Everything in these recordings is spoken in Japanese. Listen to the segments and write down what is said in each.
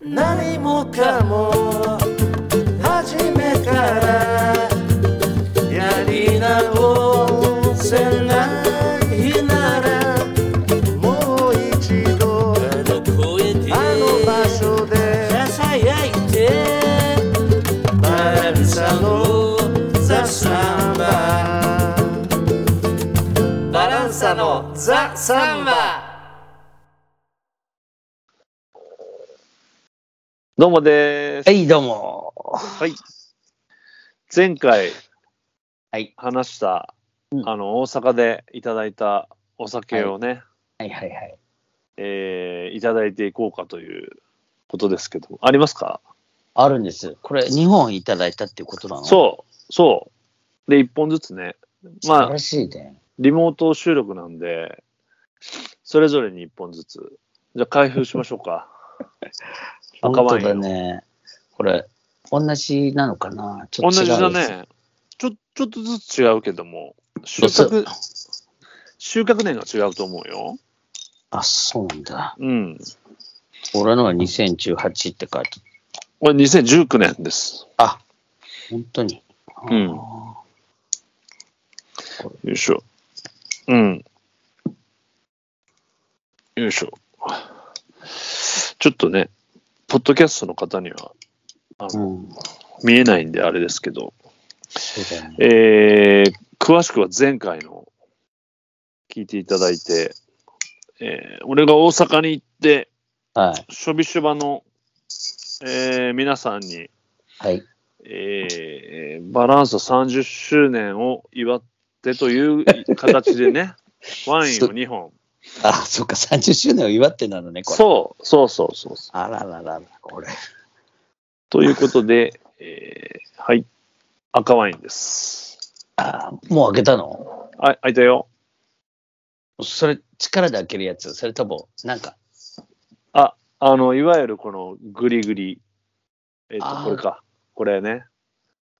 何もかも初めからやり直せないならもう一度あの声であの場所でささやいてバランサのザ・サンババランサのザ・サンバどうもでーす。はい、どうも。はい。前回、はい話した、うんあの、大阪でいただいたお酒をね、はいはいはい。えーいただいていこうかということですけど、ありますか、あるんです。これ、2本いただいたっていうことなのう。そう、そう。で、1本ずつね。素晴まあら、しいね。リモート収録なんで、それぞれに1本ずつ。じゃあ、開封しましょう か。本赤ワ当インをだね。これ、同じなのかなちょ同っと違じうだ。ね。ちょ、ちょっとずつ違うけども、収そ穫、収穫年が違うと思うよ。あ、そうなんだ。うん。俺のは2018って書いてあるこれ2019年です。あ、本当に。うんあよいしょ。うん。よいしょ。ちょっとね、ポッドキャストの方にはー。うん。見えないんであれですけど、そうだよね。えー、詳しくは前回の聞いていただいて、えー俺が大阪に行って、はい。ショビシュバの、えー皆さんに、はい。えーバランス30周年を祝ってという形で ね、ワインを2本。あ、そっか、30周年を祝ってなのね、これ。う。そう、そうそうそうそう。あらららら、これ。ということで、えーはい、赤ワインです。あ、もう開けたのあ、開いたよ。それ、力で開けるやつそれとも、なんか、あ、あの、いわゆるこのグリグリ。えっ、と、あーこれか。これね。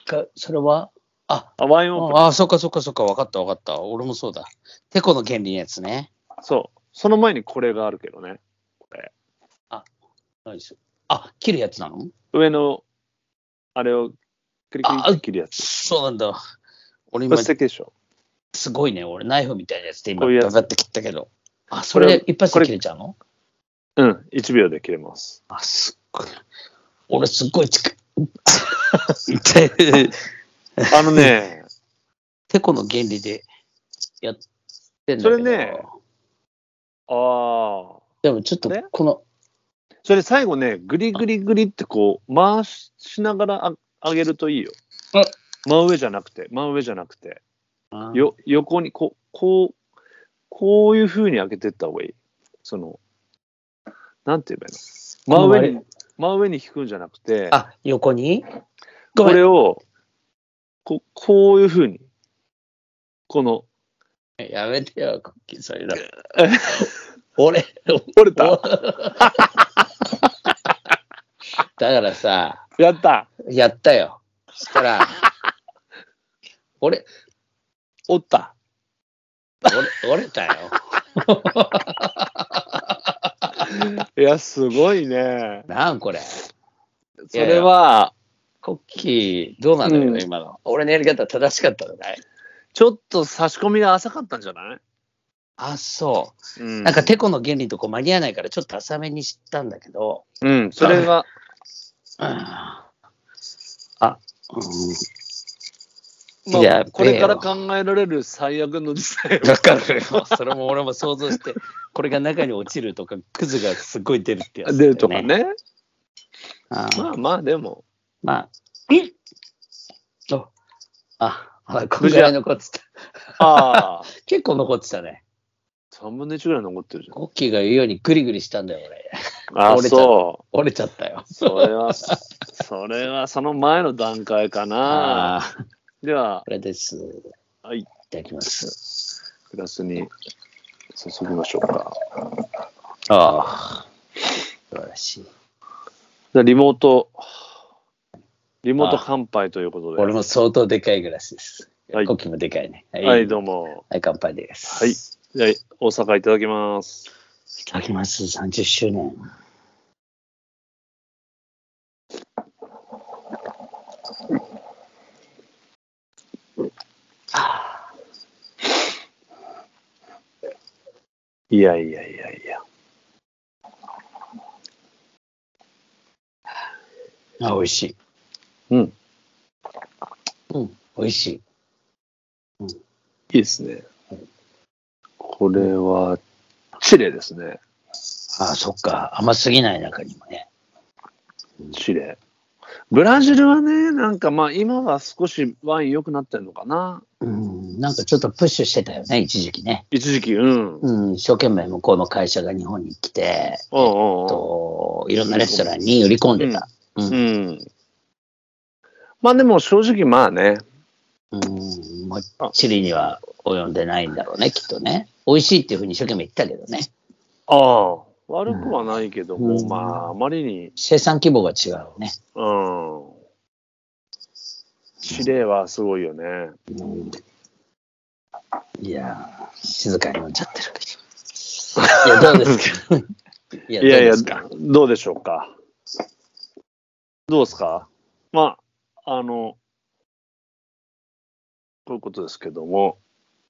かそれはあ、あ、ワインオープああ、そっかそっかそっか、分かった分かった。俺もそうだ。てこの原理のやつね。ン。そう。その前にこれがあるけどね。これ。何それあ、切るやつなの上の、あれをクリクリって切るやつ。そうなんだ。俺こ今れ、素敵でしょ。すごいね。俺、ナイフみたいなやつで今、こういうやつババって切ったけど。あ、それこ一発これで切れちゃうのうん。1秒で切れ ます。あ、すっごい。俺、すっごい 近い。痛いあのね、てこの原理でやってんだけど。それね。ああ。でもちょっとね、この、それ最後ね、グリグリグリってこう、回しながらあ上げるといいよえ。真上じゃなくて、真上じゃなくて、あよ横にこう、こう、こういう風に開けてった方がいい。その、なんて言えばいいの真上に、真上に引くんじゃなくて、あ、横にごこめんれを、ここういう風に、この、やめてよ、クッキー、それ だ。俺、折れた だからさ、やったやったよ。そし たら、俺、折った俺、折れたよ。いや、すごいね。なんこれ。それは、コッキー、どうなのよ、うん今の。俺のやり方正しかったのかいちょっと差し込みが浅かったんじゃない、あ、そうう。んなんか、テコの原理とこう間に合わないから、ちょっと浅めに知ったんだけど、うん、それが、うんあ、うん、まやあっ、べえよこれから考えられる最悪の事態わかるよ。それも俺も想像して、これが中に落ちるとか、クズがすごい出るってやがつ、出るとか。ね。あーまあまあ、で も、まあ、えっと、あ、あこんぐらい残ってた。ああ、結構残ってたね。 3分の1ぐらい残ってるじゃん。コッキーが言うようにグリグリしたんだよ、俺。あ折れたそう。折れちゃったよ。それは、それはその前の段階かな。ああー、では、これです。はいいただきます。グラスに注ぎましょうか。ああ。素晴らしい。じゃあリモート、リモート乾杯ということで。俺も相当でかいグラスです。はいコッキーもでかいね。ははい、はどうも。い乾杯です。はいいじゃあ、大阪いただきます。ただきます。30周年。いやいやいやいや。あ、美味しい。うん。うん、美味しい。いいですね。これは、チレですね。あそっか。甘すぎない中にもね。チレ。ブラジルはね、なんかまあ今は少しワイン良くなってるのかな。うん、なんかちょっとプッシュしてたよね、一時期ね。一時期、うん。うんうんうん、一生懸命向こうの会社が日本に来て、うんといろんなレストランに売り込んでた。うんうん。まあでも正直まあね、うん、もうチリには及んでないんだろうね、きっとね。美味しいっていうふうに一生懸命言ったけどね。ああ、悪くはないけども、うんまああまりに、生産規模が違うね。うん。チレはすごいよね。うんいやー、静かに飲んじゃってる けど。いや、どうですかいやいやいどうやですか、どうでしょうか。どうですかまあ、あの、こういうことですけども、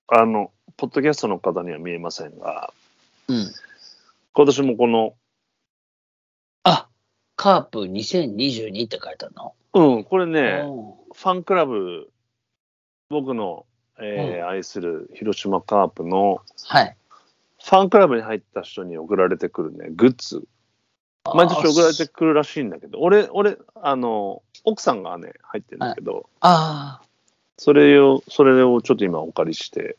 あの、ポッドキャストの方には見えませんが、うん。今年もこの、あ、カープ2022って書いてあるの、うん、これね、おーファンクラブ、僕の、えー愛する広島カープのはい。ファンクラブに入った人に送られてくるね、グッズ。毎年送られてくるらしいんだけど、俺、俺、あの、奥さんがね、入ってるんだけど、ああ、それを、それをちょっと今お借りして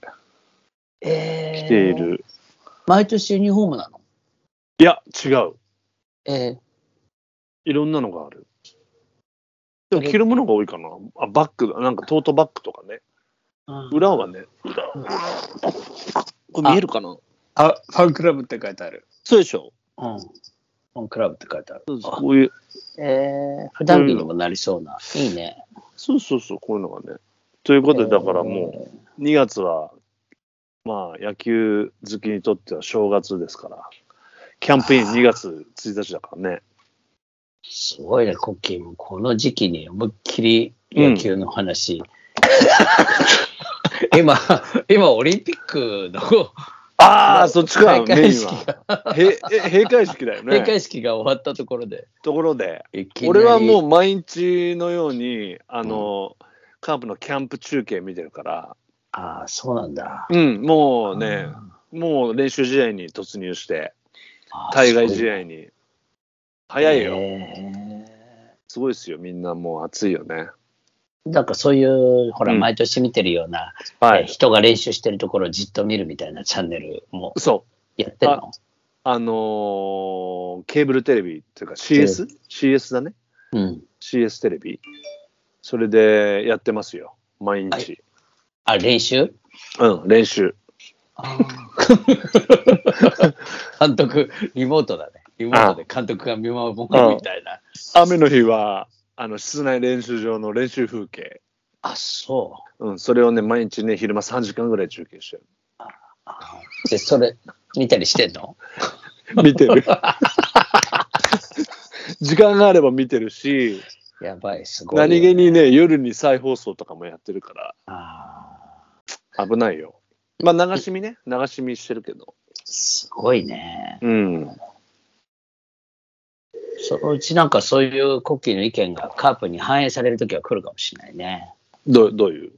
えー来てい。る。毎年ユニフォームなのいや、違う。えいろんなのがある。でもそれ着るものが多いかな。あ、バッグだ。なんかトートバッグとかね。ー、裏はね、裏。これ見えるかなあ、ファンクラブって書いてある。そうでしょうん。ファンクラブって書いてある。あこういう、えー、普段着にもなりそうな。いいね。そうそうそう、こういうのがね。ということで、だからえもう、ー2月は、まあ、野球好きにとっては正月ですから、キャンプイン2月1日だからね。すごいね、コッキーも。この時期に思いっきり野球の話。 今、今、オリンピックのああ、そっちか、開メイ会ン式は。が、へえ閉会式だよね。閉会式が終わったところで。ところで、いきなり俺はもう毎日のように、あの、カープのキャンプ中継見てるから、ああ、そうなんだ。うん、もうね、もう練習試合に突入して、あー対外試合に。早いよ、えすごいですよ、みんなもう暑いよね。ーなんかそういう、ほら、うん毎年見てるような、はえーい。人が練習してるところをじっと見るみたいなチャンネルもそう、やってるのあのーケーブルテレビっていうか CS?CS だね。うん。 CS テレビ。それでやってますよ、毎日。あ、練習うん、練習。 監督、リモートだね。リモートで監督が見守るみたいな。雨の日は、あの室内練習場の練習風景。あ、そううん、それをね、毎日ね、昼間3時間ぐらい中継してる。あ。で、それ、見たりしてん の見てる。 時間があれば見てるし、やばい、すごいよね、何気にね、夜に再放送とかもやってるかあら、危ないよ。まあ、流し見ね、流し見してるけど。ーすごいね。うん。そのうちなんかそういうコッキーの意見がカープに反映される時は来るかもしれないね。どうどういう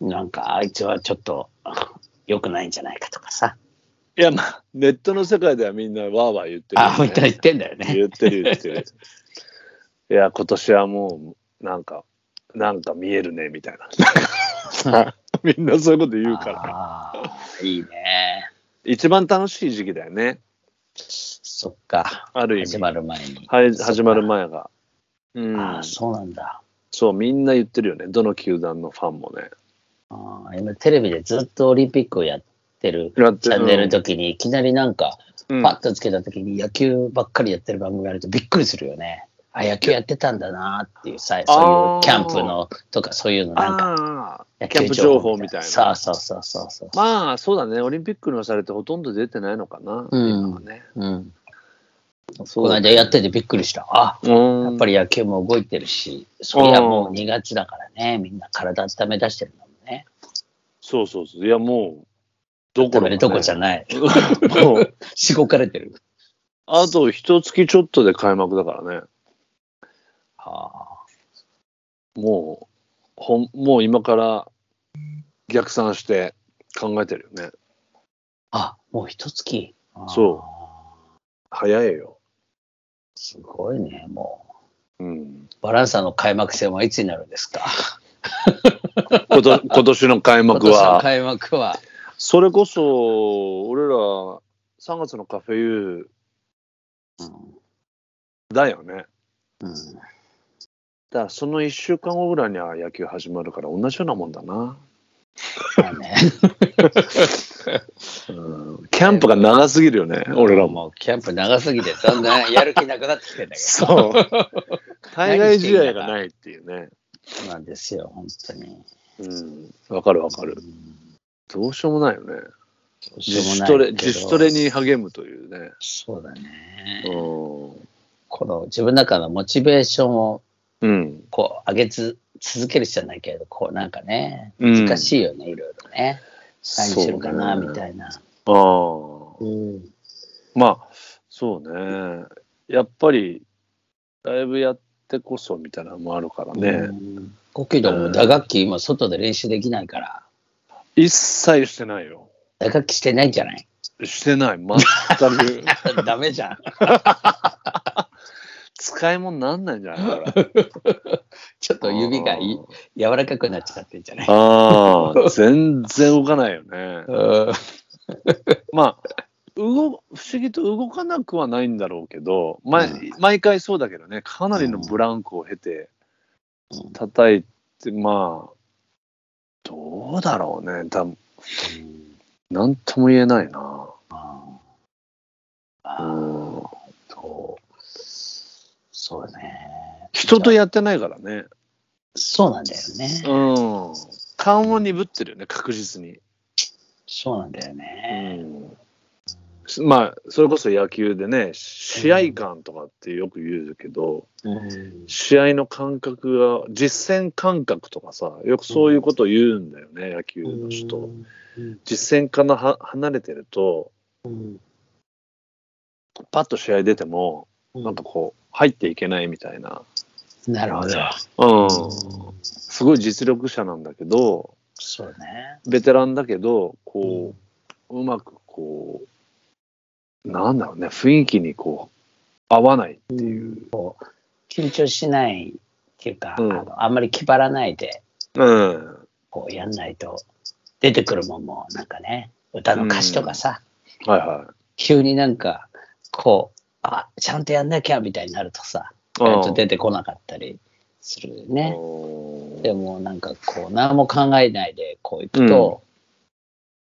なんかあいつはちょっと 良くないんじゃないかとかさ。いや、まあ、ネットの世界ではみんなわーわー言ってるよね、あ、本当に言ってんだよね。言ってる言って る。いや、今年はもう、なんか、なんか見えるね、みたい な。みんなそういうこと言うから。あーいいね。一番楽しい時期だよね。そっか。ある意味始まる前に。はい、始まる前が。うあんあ、、そうなんだ。そう、みんな言ってるよね、どの球団のファンもね。ああ今テレビでずっとオリンピックをやってるチやってるャンネルの時にいきなりなんかうんパッとつけた時に野球ばっかりやってる番組あるとびっくりするよね。あ野球やってたんだなっていうさそういうキャンプのとかそういうのなんかああ、野キャン球プ情報みたいそなう。そうそうそうそう。まあ、そうだね、オリンピックのされてほとんど出てないのかな、うん今はね。うん、そこの間やっててびっくりした。あうんやっぱり野球も動いてるし、そりゃもう2月だからね、みんな体温め出してるんだもんね。そうそうそう、いや、もどころかダメね でどこじゃない。もう、しごかれてる。あと一月ちょっとで開幕だからね。はもう、ほんもう今から逆算して考えてるよね。あ、あもう一月。。そう早いよ。すごいね、もう。うん、バランサーの開幕戦はいつになるんですかこと今年の開幕今年のは。開幕は。それこそ、俺ら3月のカフェユうんーだよね。うんだからその1週間後ぐらいには野球始まるから同じようなもんだな。まあね、うん、キャンプが長すぎるよね、 俺らも。もうキャンプ長すぎて、だんだんやる気なくなってきてん だけそう。対外試合がないっていうね。ど。そうなんですよ、本当に。うん。わかるわかるう。んどうしようもないよね。どうし自よう主もないトレ、けど自主トレに励むというね。そうだね。うこの自分の中のモチベーションをん。うん。こう上げつ続けるじゃないけれど、こうなんかね、うん難しいよね、いろいろね。何しようかな、みたいいな。な。ああ。うんまあ、そうね。やっぱり、ライブやってこそみたいなのもあるからね。うん。だけども打楽器今外で練習できないから、一切してないよ。打楽器してないんじゃない してない。全く。ダメじゃん。使い物になんないんじゃないかちょっと指がい柔らかくなっちゃってんじ ゃないああ、全然動かないよね。うんまあ、動不思議と動かなくはないんだろうけど、まうん毎回そうだけどね、かなりのブランクを経てうん、叩いて、まあ、どうだろうね、多分なんとも言えないな。あうあん、そうそうね。人とやってないからね、そうなんだよね。うん、勘を鈍ってるよね、確実に。そうなんだよね。うん、まあ、それこそ野球でね、試合感とかってよく言うけど、うん試合の感覚が実戦感覚とかさよくそういうことを言うんだよね、野球の人、実戦からは離れてるとうんパッと試合出てもなんかこう入っていけないみたいな、なるほど。うん、すごい実力者なんだけどそうね。ベテランだけどこう、うまくこうなんだろうね雰囲気にこう合わないっていう。こう緊張しないっていうか、うんあのあんまり気張らないで、うんこうやんないと、出てくるもんも、なんかね、歌の歌詞とかさ、はいは急になんか、こう、あ、ちゃんとやんなきゃみたいになるとさ、い意外と出てこなかったりするよね。うんでもなんかこう、何も考えないでこう行くと、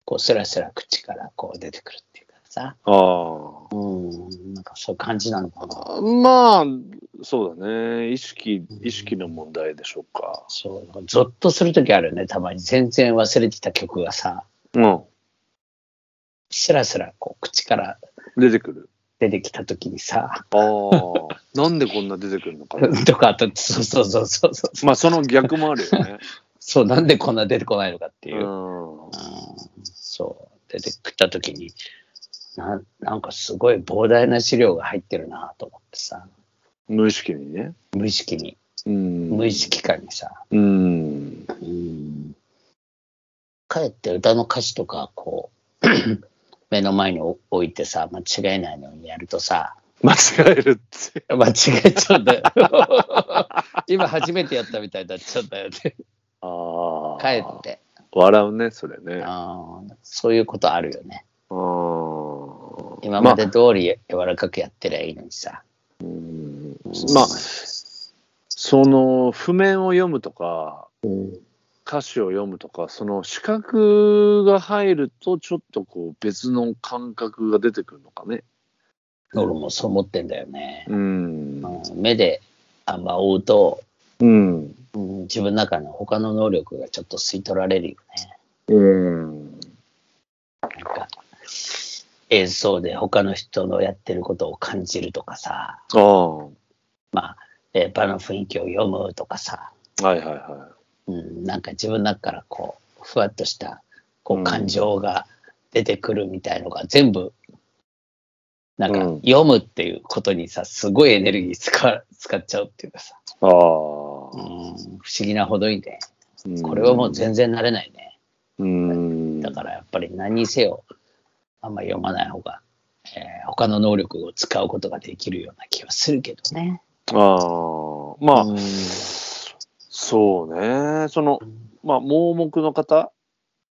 こう、スラスラ口からこう出てくるっていうかさ、ああうん、なんかそういう感じなのかな。まあ、そうだね。意識、意識の問題でしょうか。そう、ゾッとするときあるよね、たまに。全然忘れてた曲がさ、うん。スラスラこう口から出てくる。出てきたときにさ、 ああ。 なんでこんな出てくるのかな。とか、あと、そうそうそうそうそう、まあ、その逆もあるよね。そう、なんでこんな出てこないのかっていうう。うん、ん。そう、出てきたときに、なんなんかすごい膨大な資料が入ってるなと思ってさ、無意識にね。無意識に、うん。無意。識感にさ、うん。うん、かえって歌の歌詞とか、こう、 目の前に置いてさ、間違えないようにやるとさ、間違えるって。間違えちゃうんだよ。 今初めてやったみたいになっちゃうん だよね。ああ。かえっ。て。笑うね、それね。ああーそういうことあるよね。あー。今まで通り柔らかくやってりゃいいのにさ。うんまあ、その、譜面を読むとか、うん歌詞を読むとかその視覚が入るとちょっとこう別の感覚が出てくるのかね俺もそう思ってんだよね。うんうん目であんま追うと、うんうん自分の中の他の能力がちょっと吸い取られるよね。うんなんか演奏で他の人のやってることを感じるとかさ、ああはまあ、えー場の雰囲気を読むとかさ、いはいはうん、なんか自分の中からこうふわっとしたこううん感情が出てくるみたいのが全部、なんかうん読むっていうことにさ、すごいエネルギー使わ使っちゃうっていうかさ、あうあん、不思議なほどいいね。うんこれはもう全然慣れないね。うんだからやっぱり何にせよ、あんま読まない方が、えー他の能力を使うことができるような気はするけどね。ああ、まあ、うんそうね。その、まあ、盲目の方、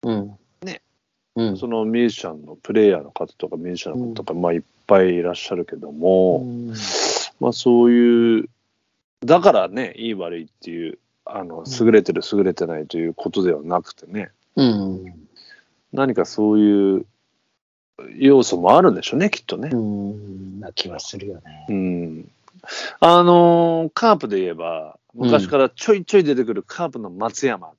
うん。ね。うん。そのミュージシャンのプレイヤーの方とかミュージシャンの方とか、まあ、いっぱいいらっしゃるけども、まあ、そういう、だからね、いい悪いっていう、あの、優れてる優れてないということではなくてね、うん。何かそういう要素もあるんでしょうね、きっとねう。ん。な気はするよね。うん。あのーカープで言えば、昔からちょいちょい出てくるカープの松山、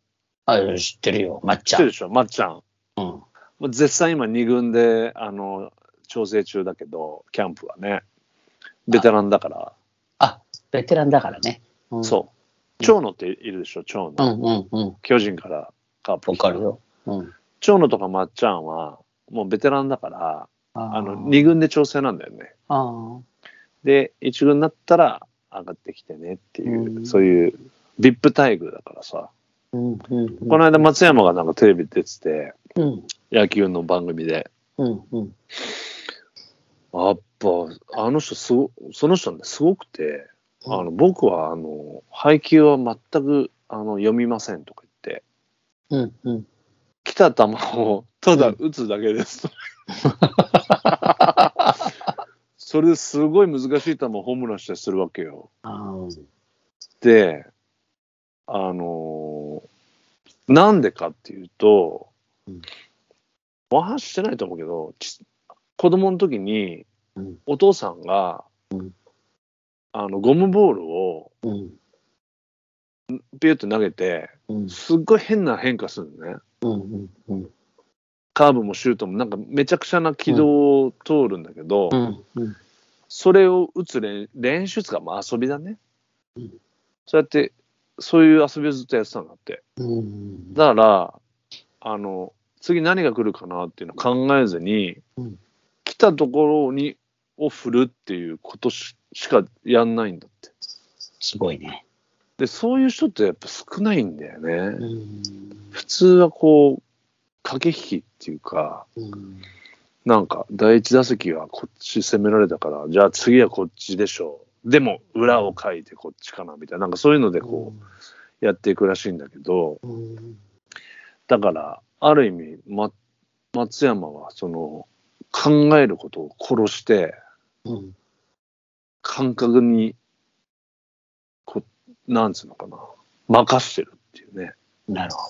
あ、知ってるよ。抹知っ茶。てるでしょ、まっちゃん。うん。もう絶賛今2軍であの調整中だけどキャンプはねベテランだから、あ、ベテランだからね。うん、そう長野っているでしょ長う野、んうんうん。巨人からカープわかるよ。うん。長野とかまっちゃんはもうベテランだからああのに、 2軍で調整なんだよねあーで1軍になったら上がってきてねっていう、うんそういう VIP 待遇だからさ、うんうんうん。この間松山がなんかテレビ出ててうん野球の番組でうんうん。やっぱあの人すごその人ねすごくてあの僕はあの配球は全くあの読みませんとか言ってうんうん。来た球をただ打つだけです、 それですごい難しい球をホームランしたりするわけよあーであのなんでかっていうとうんお話ししてないと思うけどち子供の時にうんお父さんが、うんあのゴムボールをうんピュッと投げてうんすっごい変な変化するのねうんうんカーブもシュートもなんかめちゃくちゃな軌道を通るんだけど、うんうんそれを打つ練練習っつうかまあ遊びだね、うんそうやってそういう遊びをずっとやってたんだってうんだからあの次何が来るかなっていうのを考えずに、うん来たところにを振るっていうことししかやんないんだってすごいね。でそういう人ってやっぱ少ないんだよね、うん普通はこう駆け引きっていうかうんなんか第一打席はこっち攻められたからじゃあ次はこっちでしょうでも裏をかいてこっちかなみたいななんかそういうのでこうやっていくらしいんだけどうんだからある意味、ま、松山はその考えることを殺してうん感覚にこなんつうのかな任してるっていうねなるほ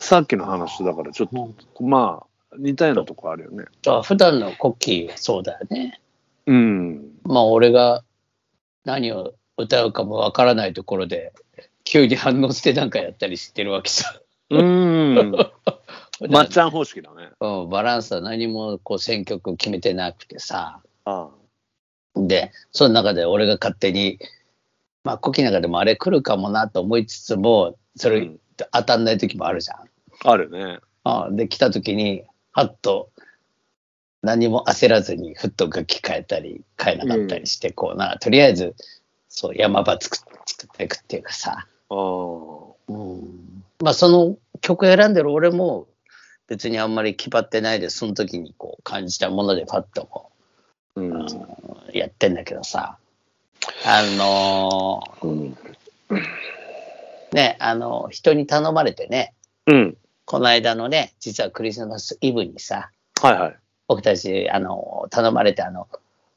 さっきの話だからちょっど。うんとまあ似たようなとこあるよねだから普段のコッキーはそうだよね。うんまあ俺が何を歌うかもわからないところで急に反応してなんかやったりしてるわけ さ。うんまっちゃん方式だねうん、バランスは何もこう選曲決めてなくてさ。ああで、その中で俺が勝手に、まあ、コキの中でもあれ来るかもなと思いつつも、それうん当たんない時もあるじゃん。あるね。あで、来た時に、はっと、何も焦らずに、ふっと楽器変えたり、変えなかったりして、こうな、とりあえず、そう、山場作作っていくっていうかさ、ああ。うん、まあ、その曲選んでる俺も、別にあんまり決まってないで、その時にこう感じたもので、パッとこう、うん。やってんだけどさ、あのうん。ーね、あの、人に頼まれてね、うん。この間のね、実はクリスマスイブにさ、はいはい。僕たち、あの、頼まれて、あの、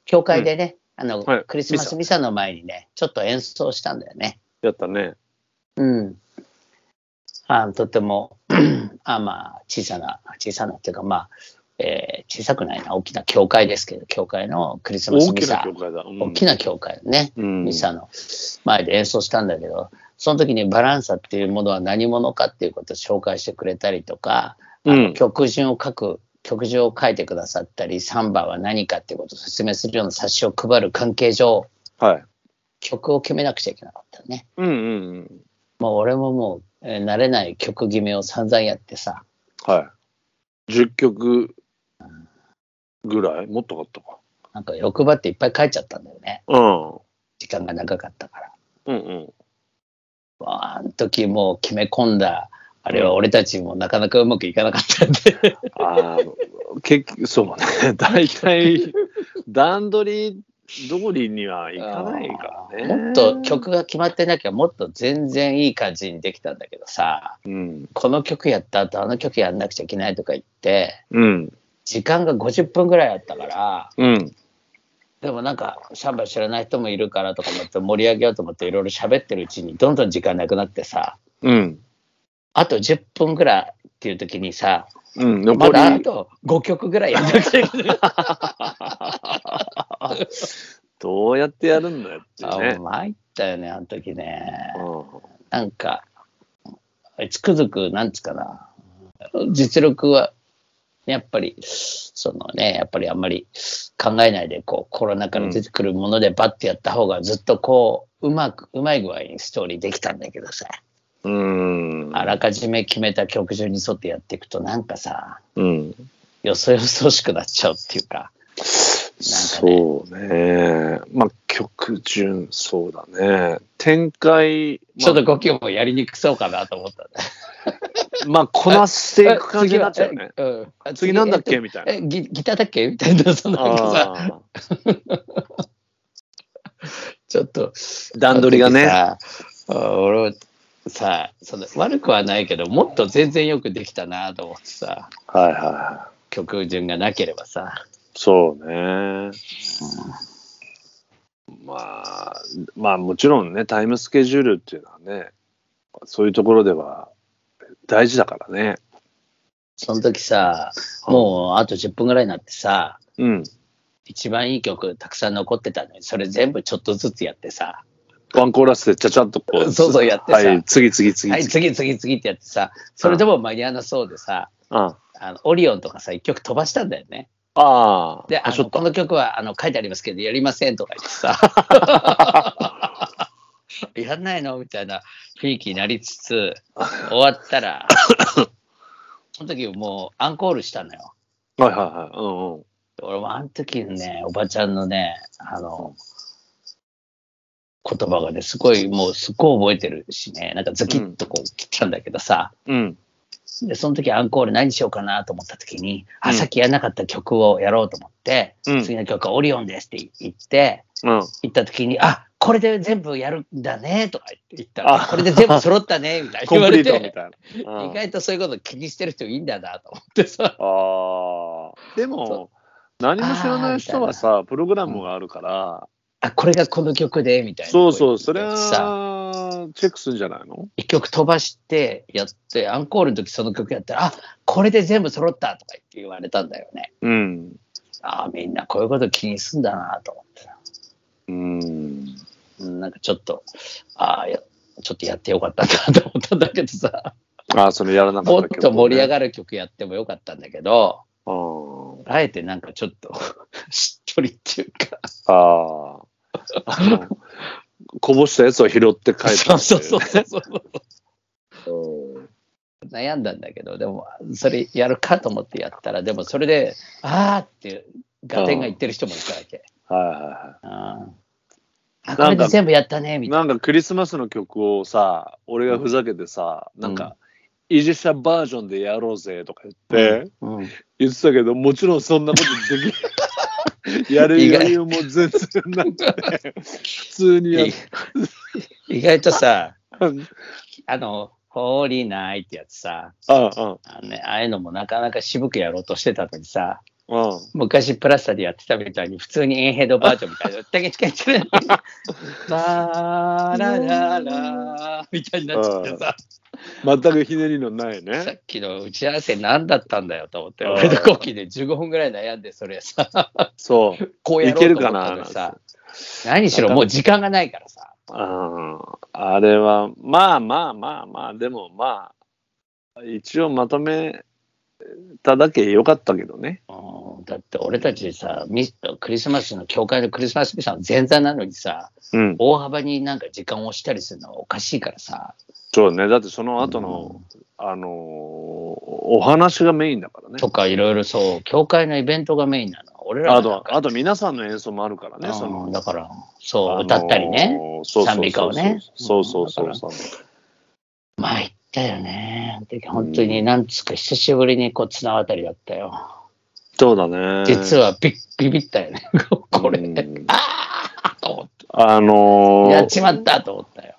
教会でね、あの、はいクリスマスミサの前にね、ちょっと演奏したんだよね。やったね。うん。あとても、 あまあ、小さな、小さなっていうか、まあ、えー小さくないな、大きな教会ですけど、教会のクリスマス大ミきなサ教、会だ。うん大きな教会ね、うん。ミサの前で演奏したんだけど、その時にバランサっていうものは何者かっていうことを紹介してくれたりとか、うあのん。曲順を書く、曲順を書いてくださったり、サンバは何かっていうことを説明するような冊子を配る関係上、はい。曲を決めなくちゃいけなかったね。うんうんうん。もう俺ももう、えー慣れない曲決めを散々やってさ、は10曲ぐらいもっとかったか。なんか欲張っていっぱい書いちゃったんだよね。う時間が長かったから。ん。うんうん。わあ、あの時もう決め込んだ、あれは俺たちもなかなかうまくいかなかったんで。ああ、結局、そうね。 大体、段取り通りにはいかないからね。もっと。曲が決まってなきゃもっと全然いい感じにできたんだけどさ、うん。この曲やった後あの曲やんなくちゃいけないとか言って、うん。時間が50分ぐらいあったから、うん。でもなんかシャンバ知らない人もいるからとか思って盛り上げようと思っていろいろ喋ってるうちにどんどん時間なくなってさ、うん。あと10分ぐらいっていう時にさ、うん。ま残だあり、と5曲ぐらいやんなくちゃいけない。どうやってやるんだよっていうあね。もう参ったよね、あの時ね。うんなんか、つくづく、なんつうかな、実力は、やっぱり、そのね、やっぱりあんまり考えないで、こう、コロナから出てくるものでバッてやった方が、ずっとこう、うまく、うまい具合にストーリーできたんだけどさ、うん。あらかじめ決めた曲順に沿ってやっていくと、なんかさ、うん。よそよそしくなっちゃうっていうか、そうね。まあ、曲順、そうだね。展開、ちょっまと5曲もやりにくそうかなと思ったね。あ、まあ、こなしていく感じになっちゃうね。え。 うんあ次なんだっえけとみたいな。え、ギギターだっけみたいな、そのなんかさ、ああ ちょっと。段取りがね。あの時さ。あ俺はさ、その悪くはないけど、もっと全然よくできたなと思ってさ、はいはいは曲順がなければさ。い。そうね。まあ、まあもちろんね、タイムスケジュールっていうのはね、そういうところでは大事だからね。その時さ、もうあと10分ぐらいになってさ、うん。一番いい曲たくさん残ってたのに、それ全部ちょっとずつやってさ、ワンコーラスでちゃちゃっとこう。そうそうやってさはい、次次次。はい、次次次次ってやってさ、それでも間に合わなそうでさ、ああのオリオンとかさ、一曲飛ばしたんだよね。あ。で、あちょのっこの曲はあの書いてありますけど、やりませんとか言ってさ、やんないのみたいな雰囲気になりつつ、終わったら、その時もうアンコールしたのよ。と。はいはいはい。うんうん。俺もあの時のね、おばちゃんのね、あの、言葉がね、すごい、もうすっごい覚えてるしね、なんかズキッとこう来たんだけどさ、うん。で、その時アンコール何しようかなと思った時に、うあ、んさっきやらなかった曲をやろうと思って、うん次の曲はオリオンですって言って、うん。行った時に、あこれで全部やるんだねとか言ったあら、これで全部揃ったねみたいな コ言ンわプリれートみて、たいな。意外とそういうこと気にしてる人いいんだなと思って さ、ああ。でも、何も知らない人はさ、プログラムがあるから、あこれがこの曲でみたいな。そうそう、それさ、はチェックするんじゃないの一曲飛ばしてやって、アンコールの時その曲やったら、あこれで全部揃ったとか言われたんだよね。うん。あみんなこういうこと気にすんだなと思ってさ、うん。うんなんかちょっと、あやちょっとやってよかったなと思ったんだけどさ、ああ、それやらなかもっったけど、と盛りる。上がる曲やってもよかったんだけど、ああえてなんかちょっと しっとりっていうか、あ。あああの こぼしたやつを拾って帰ったそんだよね、うそうそうそううん悩んだんだけどでもそれやるかと思ってやったらでもそれで「ああ」っていうガテンが言ってる人もいたわけ。はいはいはああこかれで全部やったねい。みたないんかクリスマスの曲をさ、俺がふざけてさ、なんか、維持者バージョンでやろうぜとか言って、な、うん言ってたけど、もちろんそんなことでき やる余裕も全然なくて、普通にやっい 意外とさたんあの「ホーリーナイ」ってやつさああの、ね、ああいうのもなかなか渋くやろうとしてたのにさあ、ああ、昔プラスタでやってたみたいに普通にエンヘドバージョンみたいな「テケチケチケ」バーラララーみたいになっちゃってさ全くひねりのないさね。っきの打ち合わせ何だったんだよと思ってうん俺のコキで15分ぐらい悩んでそれさそう。こうやろうと思ったのにさ何しろもう時間がないからさうんあれは、まあまあまあまあ、でもまあ、一応まとめただけよかったけどね。うんだって俺たちさ、ミクリスマスの教会のクリスマスミッション前座なのにさ、うん。大幅になんか時間を押したりするのはおかしいからさ。そうね。だってその後の、あのーお話がメインだからね。とかいろいろそう、教会のイベントがメインなの。俺らあはなんと、かあと皆さんの演奏もあるからね。そうんのだから、あそう、のー歌ったりね。そうそうそうそう賛美歌をねそうそうそうんうそう。まあ、行ったよね。で本当に、なんつうか、久しぶりにこう、綱渡りだったよ。そうだね。実はビッ、ビビったよね。 これ、うんあーと思ってあのーやっちまったと思ったよ。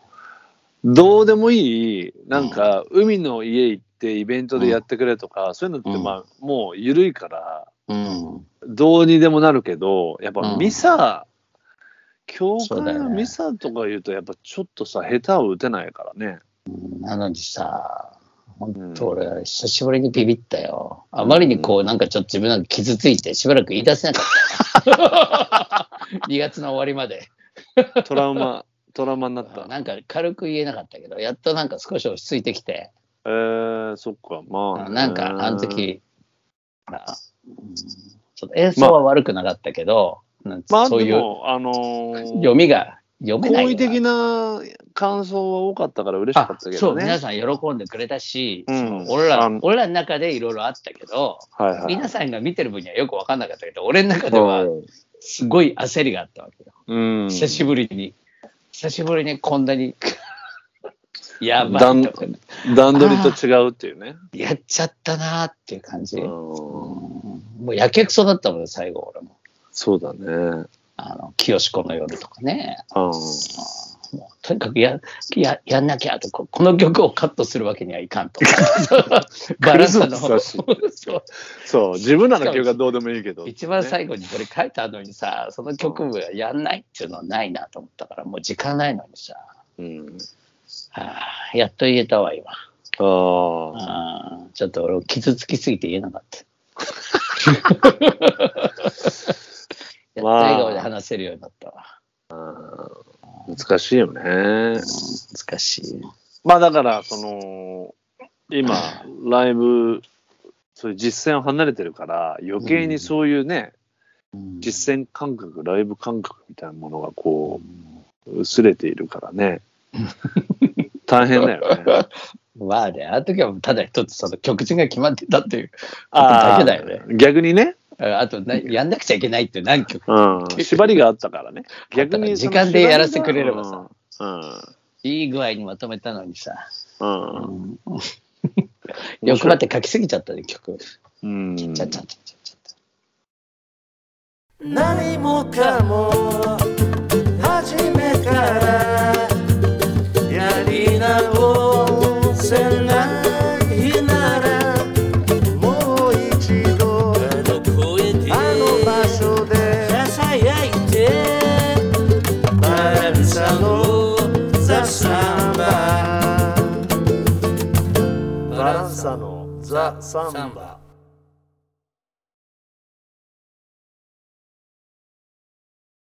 どうでもいい、なんか、海の家行ってイベントでやってくれとか、そういうのっうて、んまあ、もう緩いから、うん。どうにでもなるけど、やっうぱんミサ、教そうだ会よのねミサとか言うと、やっぱちょっとさ、下手を打てないからね。なのにさ、本当うん俺、久しぶりにビビったよ。あまりにこう、なんかちょっと自分なんか傷ついて、しばらく言い出せなか った。2月 の終わりまで。ト ラウマ、トラウマになった。なんか軽く言えなかったけど、やっとなんか少し落ち着いてきて、えー、そっか、まあ。なんかえーあの。時、あうんちょっと演奏は悪くなかったけど、なんまあ、そういでうも、あのー読みが読めない好よ意的な感想は多かったから嬉しかあったけそどう、ね。皆さん喜んでくれたし、うんその俺らあの俺らの中でいろいろあったけど、はいはい。皆さんが見てる分にはよく分かんなかったけど、俺の中ではすごい焦りがあったわけよ。うん、久しぶりに、久しぶりにこんなに、 やばだいんとかね段取りと違うっていうね。やっちゃったなーっていう感じ。うんもうやけくそだったもんね、最後俺も。そうだね。あの、清子の夜とかね。うんもうとにかくやややんなきゃとこ、この曲をカットするわけにはいかん と。バランスのクリスマそうそう、自分らの曲がどうでもいいけど。一番ね最後にこれ書いたのにさ、その曲はやんないっていうのはないなと思ったから、もう時間ないのにさ、うんはあ、やっと言えたわ、今。ああ、ああちょっと俺、傷つきすぎて言えなかった。 やっと笑顔で話せるようになったわ。難しいよね。難しい。まあだから、その、今、ライブ、そういう実践を離れてるから、余計にそういうね、実践感覚、ライブ感覚みたいなものがこう、薄れているから ね。大変だよね。まあね、あの時はもうただ一つその曲順が決まってたっていうことだけだよね。あー逆にね。ああとなやんなくちゃいけないって何曲うん。縛りがあったからね。逆にその時間でやらせてくれればさ。うんいい具合にまとめたのにさ、うん。うん欲張って書きすぎちゃったね、曲。うん。ちゃちゃちゃちゃちゃって。何もかも初めからやり直せないならもう一度あの声であの場所でささやいてバランサのザ・サンババランサのザ・サンバ